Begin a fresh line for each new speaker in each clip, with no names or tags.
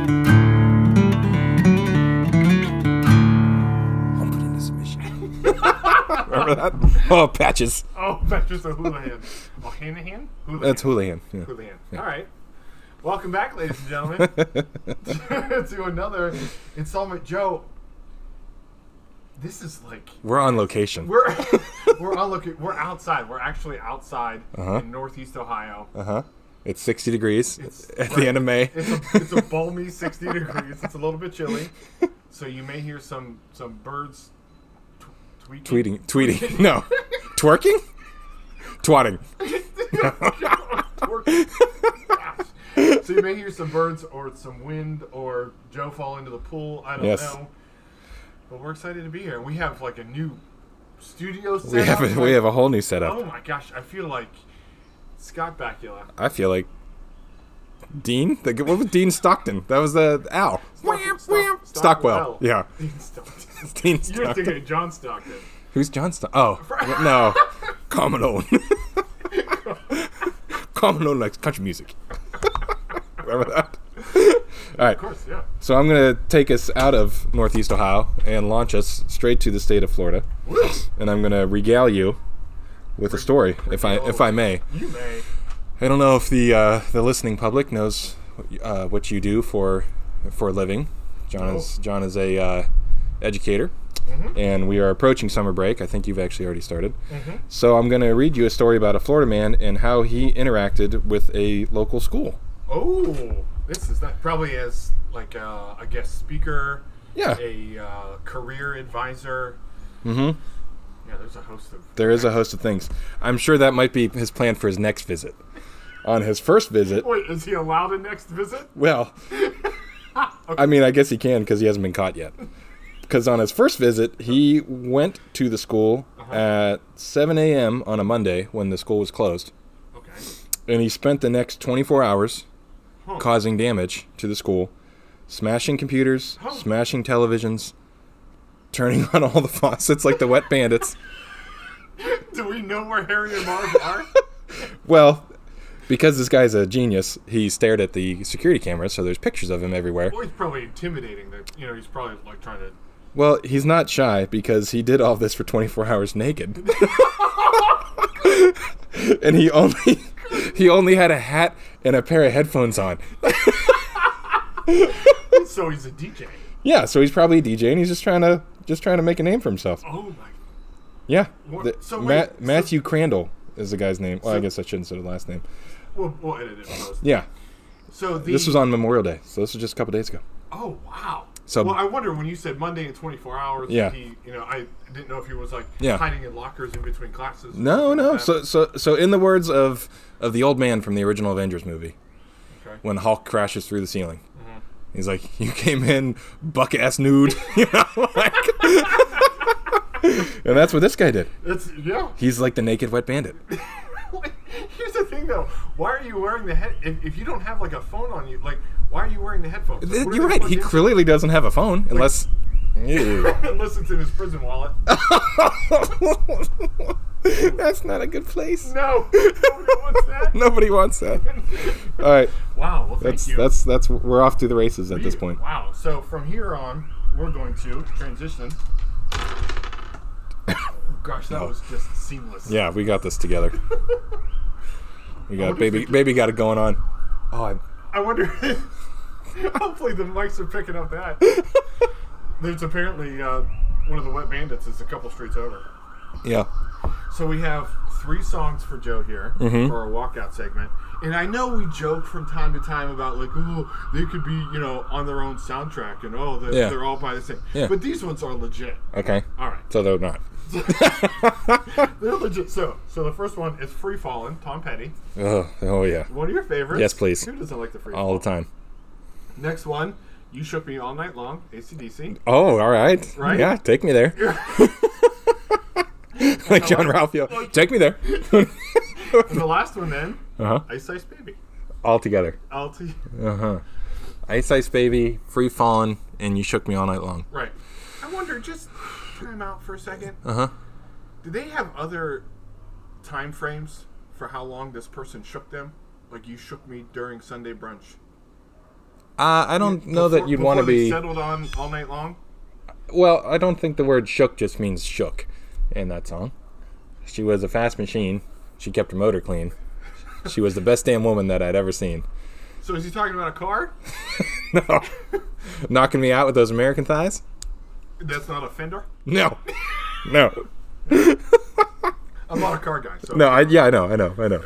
oh, patches.
Oh, Patrick's a Oh, Houlihan. O'Hanahan? Houlihan.
That's Houlihan. Yeah.
Houlihan. All right. Welcome back, ladies and gentlemen, to another installment. Joe, this is like
We're on location.
we're we're on looking. We're outside. We're actually outside in Northeast Ohio.
uh-huh. It's 60 degrees
It's-
at the end of May.
It's a, it's a balmy 60 degrees. It's a little bit chilly, so you may hear some some birds tw- tweeting.
tweeting, tweeting. No, twerking, twatting.
so you may hear some birds or some wind or Joe fall into the pool. I don't
Yes.
know. But we're excited to be here. We have like a new studio set
We have a, we have a whole new setup.
Oh my gosh, I feel like Scott Bakula.
I feel like Dean. The, what was Dean Stockton? That was the owl.
Stock- Stock-
Stockwell.
Stockwell.
Yeah,
Dean Stockton.
Dean
You're
Stockton.
thinking of John Stockton.
Who's John Stockton? Oh, no, Commodore. Commodore likes country music. Remember that? All right.
Of course, yeah.
So I'm gonna take us out of Northeast Ohio and launch us straight to the state of Florida,
Woo!
and I'm gonna regale you with a story, if I if I may.
You may.
I don't know if the uh, the listening public knows uh, what you do for for a living. John is John is a uh, educator, and we are approaching summer break. I think you've actually already started. So I'm going to read you a story about a Florida man and how he interacted with a local school.
Oh, this is not probably as like uh, a guest speaker,
Yeah.
a uh, career advisor.
Mm-hmm.
Yeah, there's a host of.
There is a host of things. I'm sure that might be his plan for his next visit. On his first visit,
Wait, is he allowed a next visit?
Well, I mean, I guess he can because he hasn't been caught yet. Because on his first visit, he went to the school
Uh-huh.
at 7 a.m. on a Monday when the school was closed,
Okay.
and he spent the next 24 hours
Huh.
causing damage to the school, smashing computers,
Huh.
smashing televisions, turning on all the faucets like the wet bandits.
Do we know where Harry and Marv are?
Well, because this guy's a genius, he stared at the security cameras, so there's pictures of him everywhere.
well, he's probably intimidating. That you know, he's probably like trying to.
Well, he's not shy because he did all this for 24 hours naked. and he only he only had a hat and a pair of headphones on.
So he's a DJ.
Yeah, so he's probably a DJ and he's just trying to just trying to make a name for himself.
Oh my.
Yeah.
What-
The-
so
Ma-
wait, so-
Matthew Crandall is the guy's name. Well, I guess I shouldn't say the last name.
We'll, we'll edit it. Post.
Yeah.
So the.
This was on Memorial Day. So this was just a couple days ago.
Oh wow.
So-
well, I wonder when you said Monday in 24 hours.
Yeah.
He, you know, I didn't know if he was like
Yeah.
hiding in lockers in between classes. or
No,
something like uh,
no.
that.
So so so in the words of of the old man from the original Avengers movie,
Okay. Mm-hmm.
when Hulk crashes through the ceiling. He's like, "You came in buck ass nude," you know, like, and that's what this guy did.
It's yeah.
He's like the naked wet bandit.
Here's the thing, though. Why are you wearing the head? If, if you don't have like a phone on you, like why are you wearing the headphones? Like, what are
You're
they
right. He
plugged
clearly doesn't have a phone unless. Ew.
in? unless it's in his prison wallet.
that's not a good place.
No, nobody wants that.
Nobody wants that. All right,
Wow. Well,
that's
thank you.
that's that's we're off to the races at this point.
Wow. So from here on, we're going to transition. Gosh, that was just seamless.
Yeah, we got this together. We got
wonder if
baby
we can-
baby got it going on. Oh, I,
I wonder. hopefully, the mics are picking up that. There's apparently uh, one of the wet bandits is a couple streets over.
yeah.
So we have three songs for Joe here
Mm-hmm.
for our walkout segment. And I know we joke from time to time about like, oh, they could be, you know, on their own soundtrack and oh, they're,
Yeah.
they're all by the same.
Yeah. Uh,
But these ones are legit.
Okay.
All right.
So they're not.
They're legit. So, so the first one is Free Fallin', Tom Petty.
Oh, oh yeah.
One of your favorites.
Yes, please.
Who doesn't like the Free
All the time.
Fallin'? Next one, You Shook Me All Night Long, ACDC.
Oh, all right.
Right?
Yeah, take me there. like John Ralphio. Take me there.
And the last one then,
uh-huh.
Ice Ice Baby.
All together.
I'll tell you.
Uh-huh. Ice Ice Baby, Free Fallen, and You Shook Me All Night Long.
Right. I wonder, just time out for a second.
Uh-huh.
Do they have other time frames for how long this person shook them? Like you shook me during Sunday brunch.
Uh, I don't know that
Before-
you'd want to
before they
be...
settled on all night long.
Well, I don't think the word shook just means shook in that song. She was a fast machine. She kept her motor clean. She was the best damn woman that I'd ever seen.
So is he talking about a car?
No. Knocking me out with those American thighs?
That's not a fender.
No. No.
I'm not a car guy, so
No, I yeah, I know, I know, I know.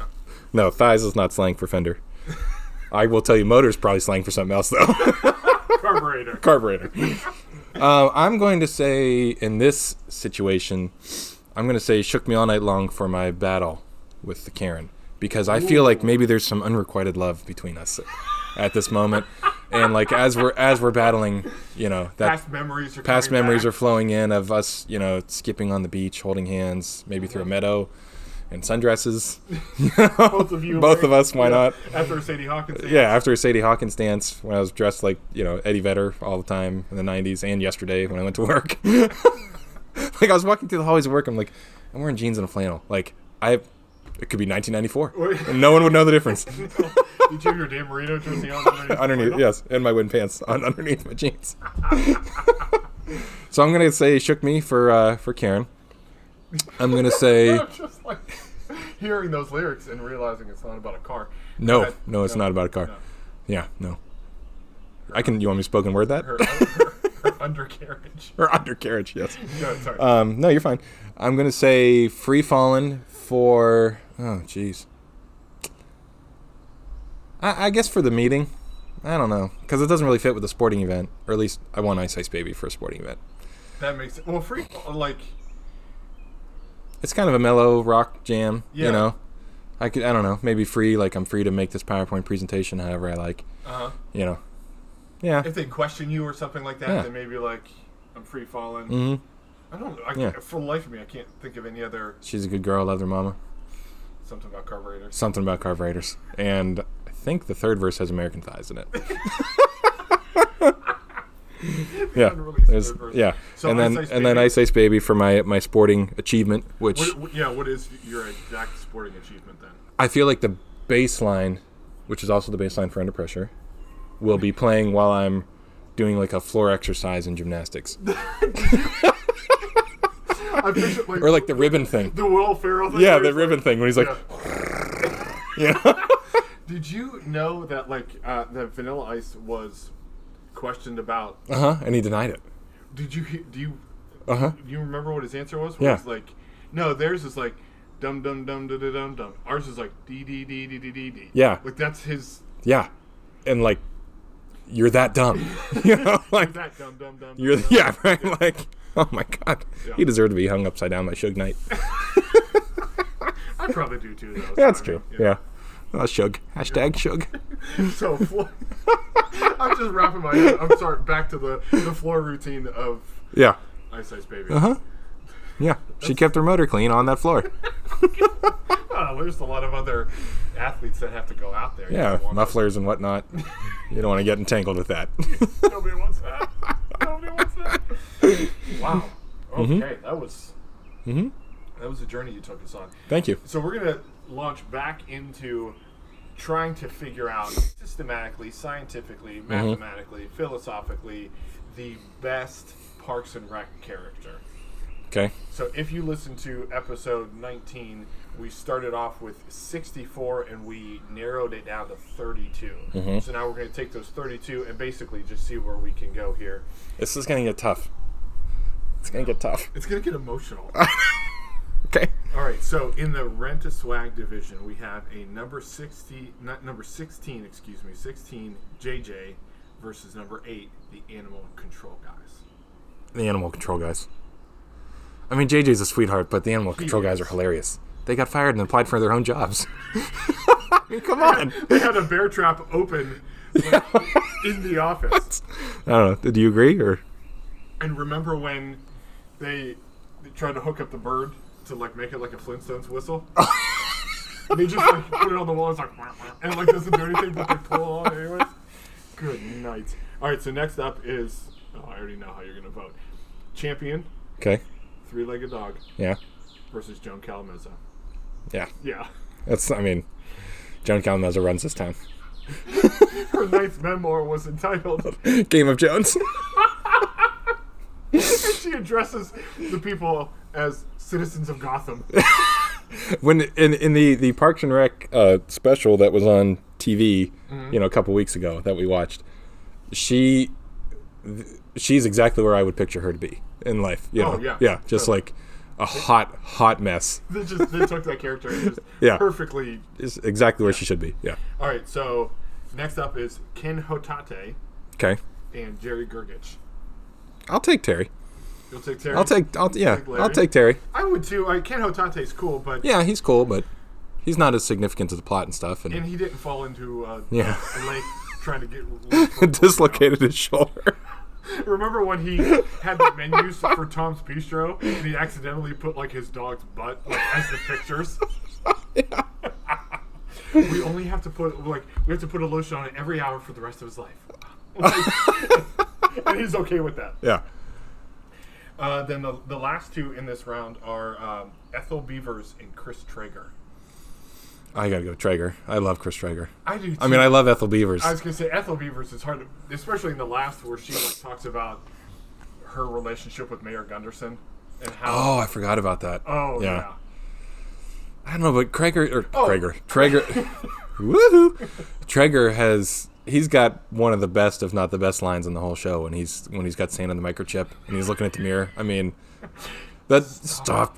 No, thighs is not slang for fender. I will tell you motor's probably slang for something else though.
carburetor.
Carburetor. Uh, I'm going to say in this situation, I'm going to say shook me all night long for my battle with the Karen because I feel like maybe there's some unrequited love between us at this moment, and like as we're as we're battling, you know that
Past memories are
past
coming
memories
back.
are flowing in of us, you know, skipping on the beach, holding hands, maybe through a meadow, in sundresses.
both of you.
Both
wearing-
of us, why
yeah,
not?
After Sadie Hawkins.
Yeah, after a Sadie Hawkins dance, when I was dressed like you know Eddie Vedder all the time in the '90s, and yesterday when I went to work, like I was walking through the hallways of work, I'm like, I'm wearing jeans and a flannel. Like I, it could be 1994, and no one would know the difference.
Did you have your Dan Marino jersey on underneath? the
underneath,
flannel?
yes, and my wind pants on underneath my jeans. so I'm gonna say shook me for uh, for Karen. I'm gonna say
I'm just like hearing those lyrics and realizing it's not about a car.
no,
That-
no, it's not about a car.
no.
Yeah, no. I can. You want me to spoken word that
Her, her, her undercarriage.
or undercarriage? Yes.
No, sorry.
Um, no, you're fine. I'm gonna say Free Fallen for oh jeez. I, I guess for the meeting. I don't know because it doesn't really fit with the sporting event, or at least I want Ice Ice Baby for a sporting event.
that makes it. Well, free like
It's kind of a mellow rock jam,
Yeah.
you know. I could, I don't know, maybe free. Like I'm free to make this PowerPoint presentation however I like,
uh,
you know. Yeah,
if they question you or something like that,
Yeah.
then maybe like I'm free falling.
Mhm.
I don't. know. I,
Yeah.
For the life of me, I can't think of any other
she's a good girl. I love her mama.
something about carburetors.
Something about carburetors, and I think the third verse has American thighs in it. yeah,
Unreleased
there's-
third verse.
yeah,
So
and
Ice
then
Ice
and then
Baby-
Ice Ice Baby for my my sporting achievement, which
What, what- yeah. What is your exact sporting achievement then?
I feel like the baseline, which is also the baseline for Under Pressure, will be playing while I'm doing like a floor exercise in gymnastics,
I picture like,
or like the ribbon thing.
the Will Ferrell. Thing
Yeah,
where
the
he's
ribbon thing when he's like, yeah,
Did you know that like uh, that Vanilla Ice was questioned about?
uh huh, and he denied it.
Did you he- do you
Uh huh.
do you remember what his answer was?
Yeah.
Where it's like, no, theirs is like dum dum dum da da dum dum. Ours is like d d d d d d d.
Yeah.
like that's his
Yeah, and like, you're that dumb. you know, like
that dum dum dum.
You're
dum,
yeah, right? Like, oh my god,
Yeah.
he deserved to be hung upside down by Suge Knight.
dum. I probably do too. Though, so
That's
I
true.
mean,
Yeah. Oh, Suge. Hashtag Suge.
So floor. I'm just wrapping my head. I'm sorry. Back to the the floor routine of
Yeah.
Ice Ice Baby.
Uh huh. Yeah. She kept her motor clean on that floor.
Oh, there's a lot of other athletes that have to go out there. You
Yeah.
don't want
Mufflers and whatnot. You don't want to get entangled with that.
that. Nobody wants that. Nobody wants that. Wow. Okay, that was. That was a journey you took us on.
Thank you.
So we're gonna launch back into trying to figure out systematically, scientifically, mathematically, philosophically, the best Parks and Rec character.
Okay.
So if you listen to episode 19, we started off with 64 and we narrowed it down to 32. So now we're going to take those 32 and basically just see where we can go here.
This is gonna get tough. It's gonna get tough.
It's going to get emotional.
Okay.
All right, so in the rent a swag division, we have a number 60 not number 16, excuse me, 16 JJ versus number 8, the animal control guys.
The animal control guys. I mean, JJ's a sweetheart, but the animal control guys
is.
are hilarious. They got fired and applied for their own jobs. I mean, come on.
They had a bear trap open like, in the office.
I don't know. Do you agree or?
And remember when they, they tried to hook up the bird to like make it like a Flintstones whistle? they just like put it on the wall. It's like "Wah, wah," and it, like doesn't do anything, but they pull on anyways. Good night. All right, so next up is oh, I already know how you're gonna vote. Champion,
Okay.
three-legged dog
Yeah.
versus Joan Calamazo.
Yeah.
Yeah,
That's, I mean, Joan Calamazo runs this town.
her ninth memoir was entitled.
Game of Jones.
She she addresses the people as citizens of Gotham.
when in in the the Parks and Rec uh, special that was on TV,
Mm-hmm.
you know, a couple weeks ago that we watched, she th- she's exactly where I would picture her to be in life. You
Oh,
know?
yeah.
just like a hot hot mess.
they just they took that character and just
Yeah.
perfectly.
Is exactly where she should be. Yeah.
All right, so next up is Ken Hotate
Okay.
and Jerry Gergich.
I'll take Terry.
You'll take Terry.
I'll take. I'll yeah.
Take Larry.
I'll take Terry.
I would too. I Ken Hotate's cool, but
Yeah, he's cool, but he's not as significant to the plot and stuff.
and
And
he didn't fall into uh,
Yeah.
a lake trying to get.
dislocated his shoulder.
Remember when he had the menus for Tom's Bistro and he accidentally put like his dog's butt like, as the pictures? we only have to put like we have to put a lotion on it every hour for the rest of his life. Like, and he's okay with that.
yeah.
Uh, then the, the last two in this round are um, Ethel Beavers and Chris Traeger.
I gotta go Traeger. I love Chris Traeger.
I do. Too.
I mean, I love Ethel Beavers.
I was gonna say Ethel Beavers is hard, to, especially in the last where she like talks about her relationship with Mayor Gunderson and how.
Oh, I forgot about that.
Oh yeah.
I don't know, but Krager or
Oh.
Krager, Traeger, woohoo! Traeger has he's got one of the best, if not the best, lines in the whole show. When he's when he's got sand on the microchip and he's looking at the mirror. I mean, that stop,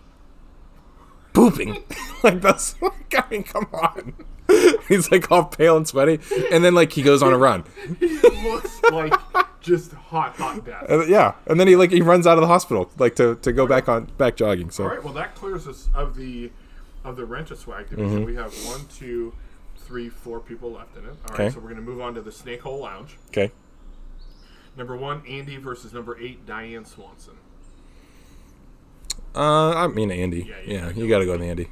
pooping like that's. I mean, come on. He's like all pale and sweaty, and then like he goes on a run.
He looks like just hot, hot death.
And, yeah, and then he like he runs out of the hospital like to, to go back on back jogging. So
All right, well that clears us of the of the rent a swag division.
Mm-hmm.
We have one, two, three, four people left in it. All right,
Okay.
so we're gonna move on to the Snake Hole Lounge.
okay,
Number one, Andy versus number eight, Diane Swanson.
Uh, I mean Andy. Yeah,
Yeah, you gotta
you got to go with Andy.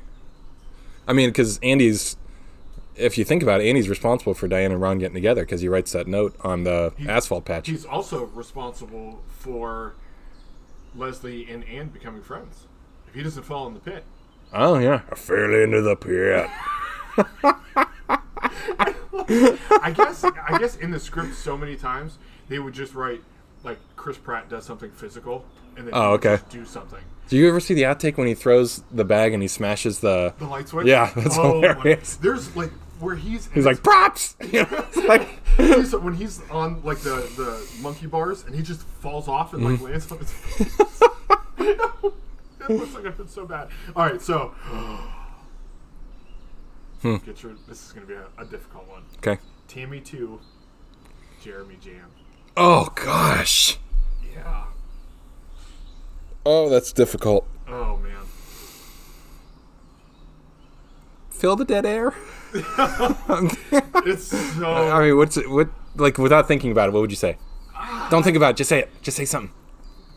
I mean, because Andy's, if you think about it, Andy's responsible for Diane and Ron getting together because he writes that note on the asphalt patch.
He's also responsible for Leslie and Anne becoming friends. If he doesn't fall in the pit,
Oh yeah, I fell into the pit.
I guess I guess in the script so many times they would just write like Chris Pratt does something physical and then he
Oh,
would
okay.
just do something.
Do you ever see the outtake when he throws the bag and he smashes the?
The light switch. Oh
Yeah, that's
my-
hilarious.
There's like where he's
He's like props. You know, it's like,
he's, when he's on like the the monkey bars and he just falls off and like lands on his face. it looks like I been so bad. All right, so. Get your. This is gonna be a, a difficult one.
okay.
Tammy two, Jeremy Jam.
Oh gosh.
Yeah.
Oh, that's difficult.
Oh man.
Fill the dead air.
It's so.
I mean, what's it? What like without thinking about it? What would you say? Don't think about it. Just say it. Just say something.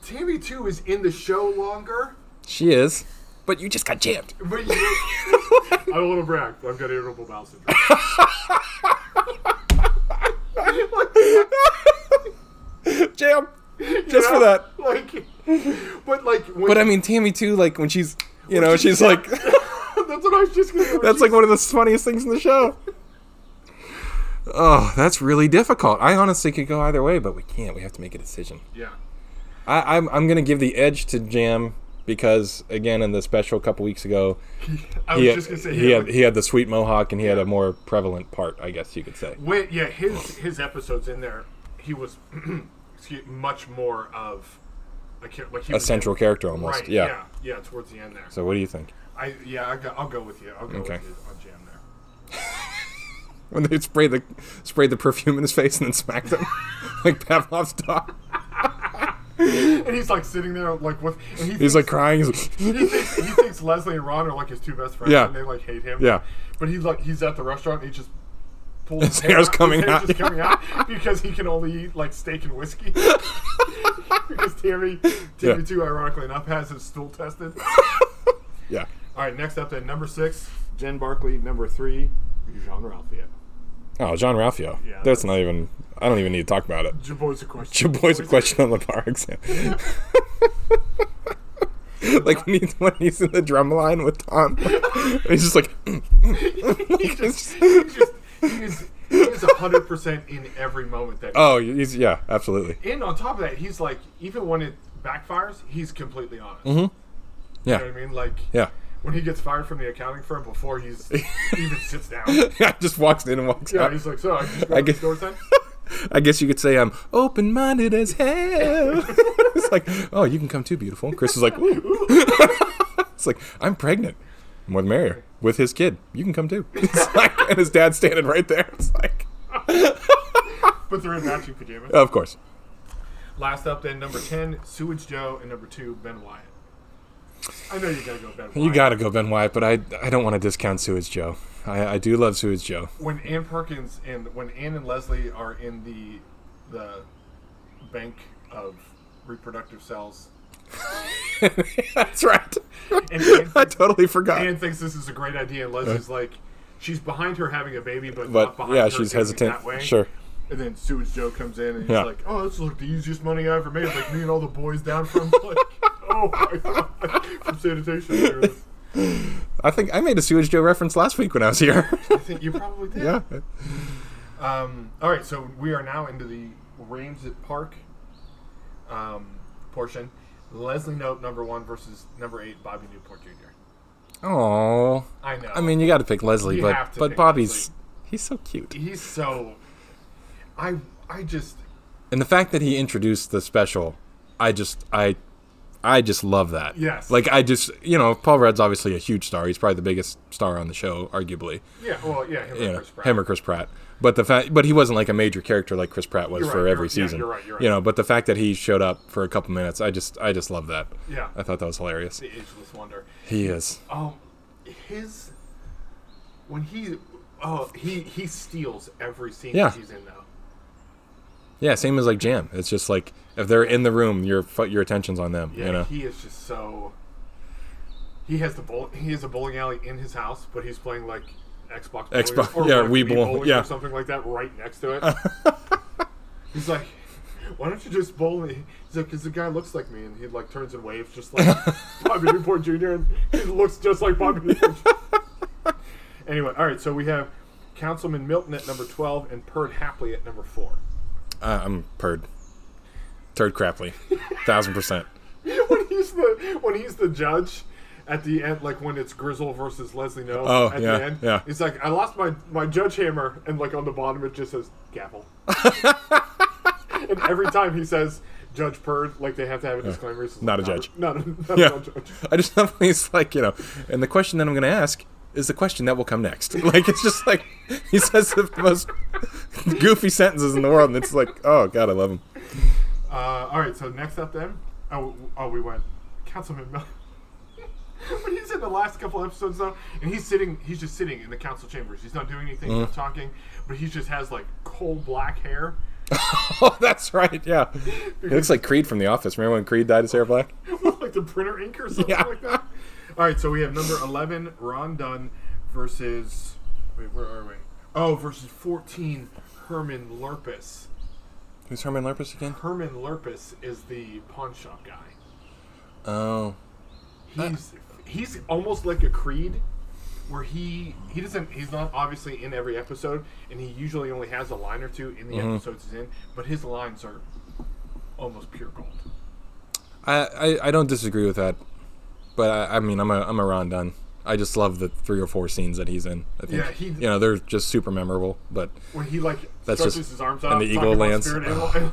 Tammy two is in the show longer.
She is. But you just got jammed.
But you, I don't want to brag, but I've got irritable bowel syndrome.
Jam. Just
You
for
know?
that.
Like, but like, when,
But I mean, Tammy too. Like when she's, you know,
she's-
she's like,
that's what I was just gonna.
that's like one of the funniest things in the show. Oh, that's really difficult. I honestly could go either way, but we can't. We have to make a decision.
Yeah.
I, I'm I'm gonna give the edge to Jam because again, in the special a couple weeks ago,
I was
he
just
had,
gonna say
he had
like,
he had the sweet mohawk and he had a more prevalent part, I guess you could say.
when, yeah his his episodes in there he was excuse, much more of I can't, like he
A
was
central character almost.
right
yeah.
yeah yeah towards the end there
So what do you think?
I yeah I go, I'll go with you I'll go
Okay.
with you on jam there
when they spray the spray the perfume in his face and then smacked him like Pavlov's dog.
and he's like sitting there like with and he
He's
thinks,
like crying. He's like,
he thinks, he thinks Leslie and Ron are like his two best friends
Yeah.
and they like hate him
Yeah.
but he like he's at the restaurant and he just pulls
His hair's
out,
coming
his hair's
out,
just
yeah.
coming out because he can only eat like steak and whiskey. because Tammy, Tammy
Yeah.
too, ironically enough, has his stool tested.
yeah.
All right, next up then, number six, Jen Barkley. Number three, Jean Ralphio.
Oh, John Ralphio.
Yeah,
that's,
that's-
not even. I don't even need to talk about it.
Your boy's a question.
Your boy's a question on the bar exam. like when he's when he's in the drum line with Tom, he's just like,
he just, he just, he is, he is hundred percent in every moment that.
oh, he's yeah, absolutely.
and on top of that, he's like, even when it backfires, he's completely honest. You know
Mm-hmm. Yeah.
what I mean? Like
Yeah.
when he gets fired from the accounting firm before he's even sits down.
just walks in and walks
Yeah,
out.
he's like, so I just
I
got
guess-
the door sign.
I guess you could say I'm open minded as hell. it's like, oh, you can come too, beautiful. Chris is like, ooh. it's like, I'm pregnant. More the merrier. With his kid. You can come too. It's like, and his dad's standing right there. It's like,
But they're in matching pajamas.
of course.
Last up, then number ten, Sewage Joe, and number two, Ben Wyatt. I know you gotta go Ben. Wyatt.
You got to go, Ben Wyatt, but I, I don't want to discount Sewage Joe. I, I do love Sewage Joe.
when Ann Perkins and when Ann and Leslie are in the the bank of reproductive cells,
That's right.
and Ann,
I totally forgot.
Ann thinks this is a great idea, and Leslie's like, she's behind her having a baby, but,
but
not behind
yeah,
her
she's
thinking
hesitant.
That way.
Sure.
And then Sewage Joe comes in and he's
Yeah.
like, "Oh, this is like the easiest money I ever made. Like me and all the boys down from like, oh my god, from sanitation." service."
I think I made a Sewage Joe reference last week when I was here.
I think you probably did.
yeah.
Um, all right, so we are now into the Ramsett Park um, portion. Leslie Note number one versus number eight Bobby Newport Jr.
Oh.
I know.
I mean, you got to pick Leslie,
You
but
have to
but
pick
Bobby's
Leslie.
he's so cute,
he's so. I I just
and the fact that he introduced the special, I just I. I just love that.
Yes.
Like I just, you know, Paul Rudd's obviously a huge star. He's probably the biggest star on the show, arguably.
yeah well yeah him and
You know,
Chris Pratt.
him or Chris Pratt. But the fact, but he wasn't like a major character like Chris Pratt was
You're right,
for
you're-
every
yeah,
season.
you're right, you're
You
right.
know, but the fact that he showed up for a couple minutes, I just, I just love that.
yeah
I thought that was hilarious.
the ageless wonder.
He is.
Um, his when he oh he he steals every scene
Yeah.
that he's in now.
Yeah, same as like Jam. It's just like if they're in the room, your fu- your attention's on them.
Yeah,
you know.
he is just so. He has the bowl. He has a bowling alley in his house, but he's playing like Xbox. Bowling
Xbox- yeah,
like,
Wii
Wii
Bowl,
bowling
yeah.
or something like that, right next to it. he's like, "Why don't you just bowl me?" He's like, "Cause the guy looks like me," and he like turns and waves, just like Bobby Newport Jr. and he looks just like Bobby Newport. Jr.. anyway, all right. So we have Councilman Milton at number twelve and Perd Hapley at number four.
Uh, I'm purred. Turd crapley. Thousand percent.
when he's the when he's the judge at the end, like when it's Grizzle versus Leslie No
Oh,
at
yeah,
the end,
yeah.
he's like, I lost my my judge hammer, and like on the bottom it just says gavel. and every time he says Judge Purd, like they have to have a disclaimer. It's
Not a
like,
judge.
Not, a- not,
Yeah.
a judge.
I just love when he's like, you know, and the question that I'm going to ask is the question that will come next. Like, it's just like, he says the most goofy sentences in the world, and it's like, oh, God, I love him.
Uh, all right, so next up then, oh, oh we went Councilman Mel. When he's in the last couple episodes though, and he's sitting, he's just sitting in the council chambers. He's not doing anything,
Mm-hmm.
he's not talking, but he just has like coal black hair,
Oh, that's right, yeah. He looks like Creed from The Office. Remember when Creed dyed his hair black?
with like the printer ink or something
Yeah.
like that. All right, so we have number eleven Ron Dunn versus wait, where are we? Oh, versus fourteen Herman Lurpus.
Who's Herman Lerpus again?
Herman Lurpus is the pawn shop guy.
Oh.
He's he's almost like a Creed, where he he doesn't he's not obviously in every episode, and he usually only has a line or two in the episodes he's in, but his lines are almost pure gold.
I, I, I don't disagree with that, but I, I mean I'm a I'm a Ron Dunn. I just love the three or four scenes that he's in. I think
Yeah, he-
you know they're just super memorable. But
When he like
That's
stretches
just-
his arms out
and the
talking
eagle
about
lands.
spirit animal, and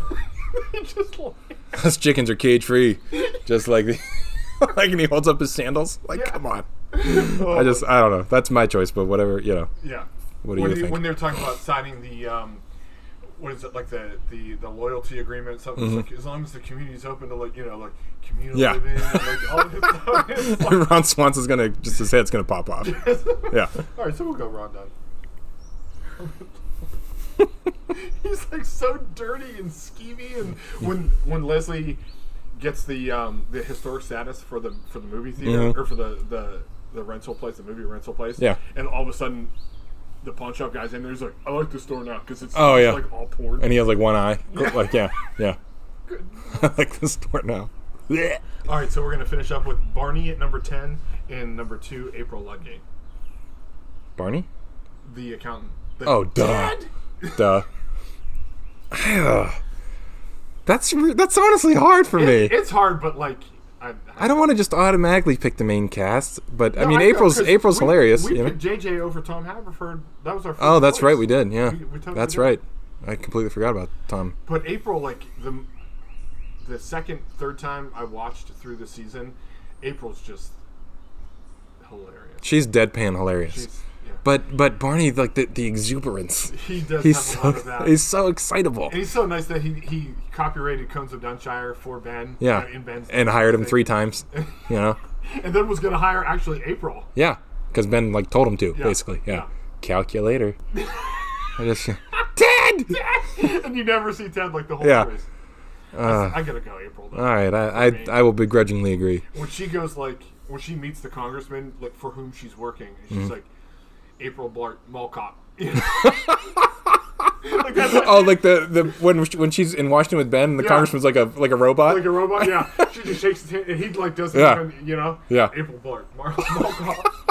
he just like-
those chickens are cage free, just like the, like and he holds up his sandals. Like
Yeah.
come on,
Oh,
I just I don't know. That's my choice, but whatever you know.
yeah.
What do
when
you
he-
think?
when they're talking about signing the um, what is it like the the, the loyalty agreement? Something it's like as long as the community's open to like you know like communal
Mm-hmm. Yeah.
living, and, like all this stuff. It's like-
Ron Swanson's gonna just his head's gonna pop off. Yeah,
All right, so we'll go Ron Dunn. He's like so dirty and skeevy, and when when Leslie gets the um, the historic status for the for the movie theater
Mhm.
or for the, the the rental place, the movie rental place,
Yeah.
and all of a sudden the pawn shop guy's in there. He's like, I like the store now because it's
Oh,
it's
yeah.
like all porn.
and he has like one eye. Like yeah, yeah. like this door now. Yeah.
all right, so we're gonna finish up with Barney at number ten and number two April Ludgate,
Barney.
the accountant. The
Oh, duh.
Dad!
Duh. Ugh. That's re- that's honestly hard for me.
It- it's hard, but like I,
I don't want to just automatically pick the main cast, but I
No,
mean
know,
April's
'cause
April's
we-
hilarious.
We
you know?
picked JJ over Tom Haverford. That was our. First
Oh, that's
choice.
right, we did. Yeah,
We- we totally
that's
did.
right. I completely forgot about Tom.
But April, like the the second, third time I watched through the season, April's just hilarious.
She's deadpan hilarious.
She's, yeah.
but but Barney, like the, the exuberance,
he does
he's
have a
so
lot of that.
he's so excitable.
and he's so nice that he, he copyrighted Cones of Dunshire for Ben.
Yeah,
uh, in Ben's
and hired him
thing.
three times. You know,
And then was going to hire actually April.
yeah, because Ben like told him to basically. Yeah,
yeah.
calculator. I just Ted.
and you never see Ted like the whole
Yeah. Uh.
series. I, I gotta go, April. Though.
All right, I, I I will begrudgingly agree.
when she goes like when she meets the congressman like for whom she's working, and she's
Mm-hmm.
like April Blart Mall Cop. like that's like,
Oh, like the, the when when she's in Washington with Ben, the
Yeah.
congressman's like a like a robot.
like a robot. Yeah, she just shakes his hand, and he like doesn't
Yeah.
even you know.
Yeah.
April Blart Mar- Mall Cop.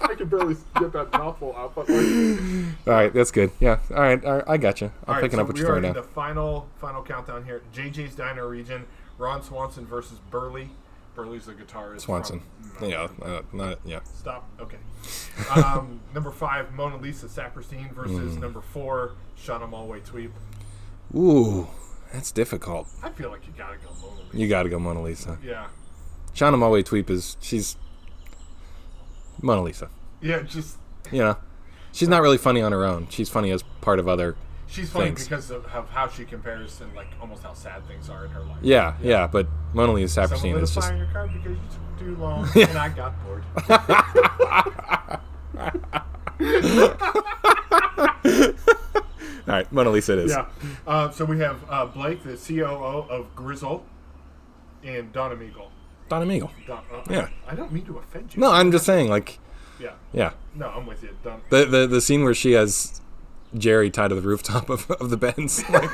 I can barely get that mouthful out. But like, I'm
All right, that's good. Yeah. All right, all right I got you. I'm picking up what
we
you're
are
throwing
in
down.
the final final countdown here. JJ's Diner region. Ron Swanson versus Burley. Burley's the guitarist.
Swanson.
From,
Yeah. Uh, not, yeah.
Stop. Okay. Um, number five, Mona Lisa Saperstein
Mm.
versus number four, Shauna Malway Tweep.
Ooh, that's difficult.
I feel like you gotta go Mona Lisa.
You got to go Mona Lisa.
Yeah.
Shauna Malway Tweep is she's Mona Lisa.
Yeah. Just
You know, she's not really funny on her own. She's funny as part of other.
she's funny
Thanks.
because of, of how she compares and like almost how sad things are in her life.
Yeah, yeah. but Mona Lisa
Someone
Saperstein
lit a
is
fire
just
in your car because you took too long, and I got bored.
all right. Mona Lisa it is.
yeah. Uh, so we have uh, Blake, the COO of Grizzle, and Donna Meagle.
Donna Meagle.
Don, uh,
Yeah.
I don't mean to offend you.
No, I'm just saying. Like,
Yeah.
yeah.
No, I'm with you. Don,
The, the the scene where she has Jerry tied to the rooftop of, of the Benz, like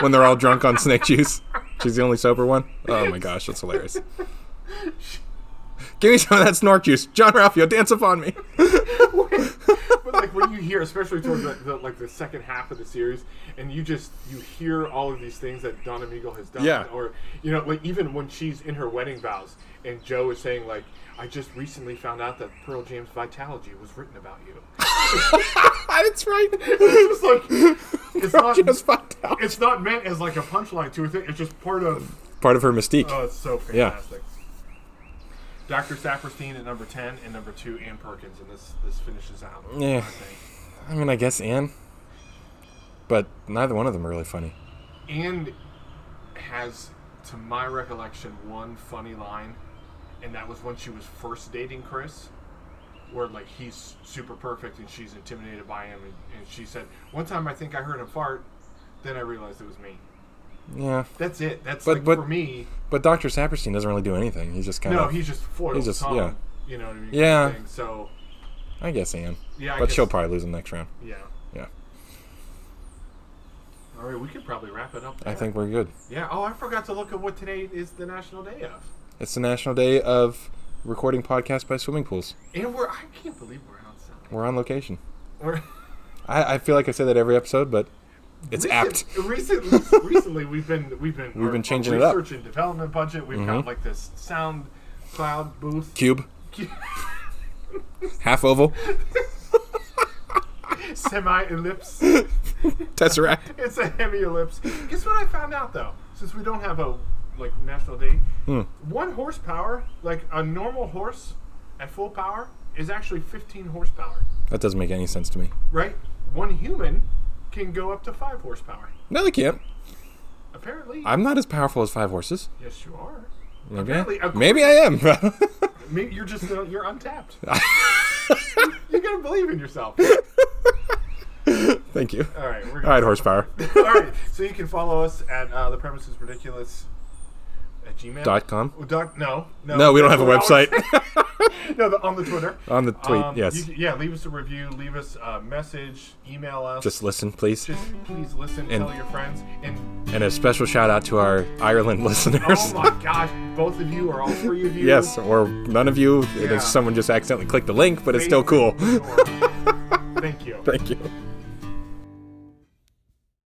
when they're all drunk on snake juice. She's the only sober one. Oh my gosh, that's hilarious. Give me some of that snort juice, John Ralphio. Dance upon me.
but like when you hear, especially towards the, the like the second half of the series, and you just you hear all of these things that Donna Meagle has done,
Yeah.
or you know, like even when she's in her wedding vows, and Joe is saying like, "I just recently found out that Pearl James Vitalogy was written about you."
Ah, that's right.
it's just like it's not
Just fucked up.
it's not meant as like a punchline to a thing. It's just part of
Part of her mystique.
oh, it's so
Yeah.
fantastic. Dr. Saperstein at number ten and number two Ann Perkins, and this this finishes out.
Yeah.
I think.
I mean, I guess Anne. But neither one of them are really funny.
and has, to my recollection, one funny line, and that was when she was first dating Chris, where like he's super perfect and she's intimidated by him, and, and she said, "One time I think I heard him fart, then I realized it was me."
Yeah.
That's it. That's
But-
like
but-
for me.
But Dr. Saperstein doesn't really do anything. He's just kind
No,
of.
he's just foiled.
He's just-
Tom,
yeah.
You know what I mean?
Yeah.
Thing. So
I guess Anne.
yeah, I
but
guess,
she'll probably lose in the next round.
yeah.
Yeah.
All right, we could probably wrap it up.
I
there.
think we're good.
Yeah. Oh, I forgot to look at what today is the national day of,
It's the National Day of Recording Podcasts by Swimming Pools.
and we're I can't believe we're outside.
We're on location.
We're
I, I feel like I say that every episode, but it's apt.
Recent, recent- recently, we've been we've been
We've
our-
been
our
changing it up. Mm-hmm.
Research and development budget. We've got like this sound cloud booth.
Cube. Half oval.
Semi ellipse.
Tesseract.
it's a heavy ellipse. Guess what I found out though? Since we don't have a like national day,
Hmm.
one horsepower, like a normal horse at full power, is actually 15 horsepower.
That doesn't make any sense to me.
Right? One human can go up to five horsepower.
No, they can't.
Apparently,
I'm not as powerful as five horses.
yes, you are.
Maybe,
Apparently,
I,
according-
maybe I am.
Maybe you're just uh, you're untapped. you gotta believe in yourself.
Thank you.
All right, we're
All right, horsepower.
All right, so you can follow us at uh, the premise is ridiculous at gmail
Dot com.
Well, doc- no, no,
No, we don't have a
We're always-
website.
no, the, on the Twitter.
On the tweet,
Um,
yes.
you- yeah, leave us a review, leave us a message, email us.
Just listen, please.
Just please listen,
And-
tell your friends, and
And a special shout out to our Ireland listeners.
oh my gosh, both of you or all three of you.
yes, or none of you. If
Yeah.
Someone just accidentally clicked the link, but it's still cool.
Thank you.
Thank you.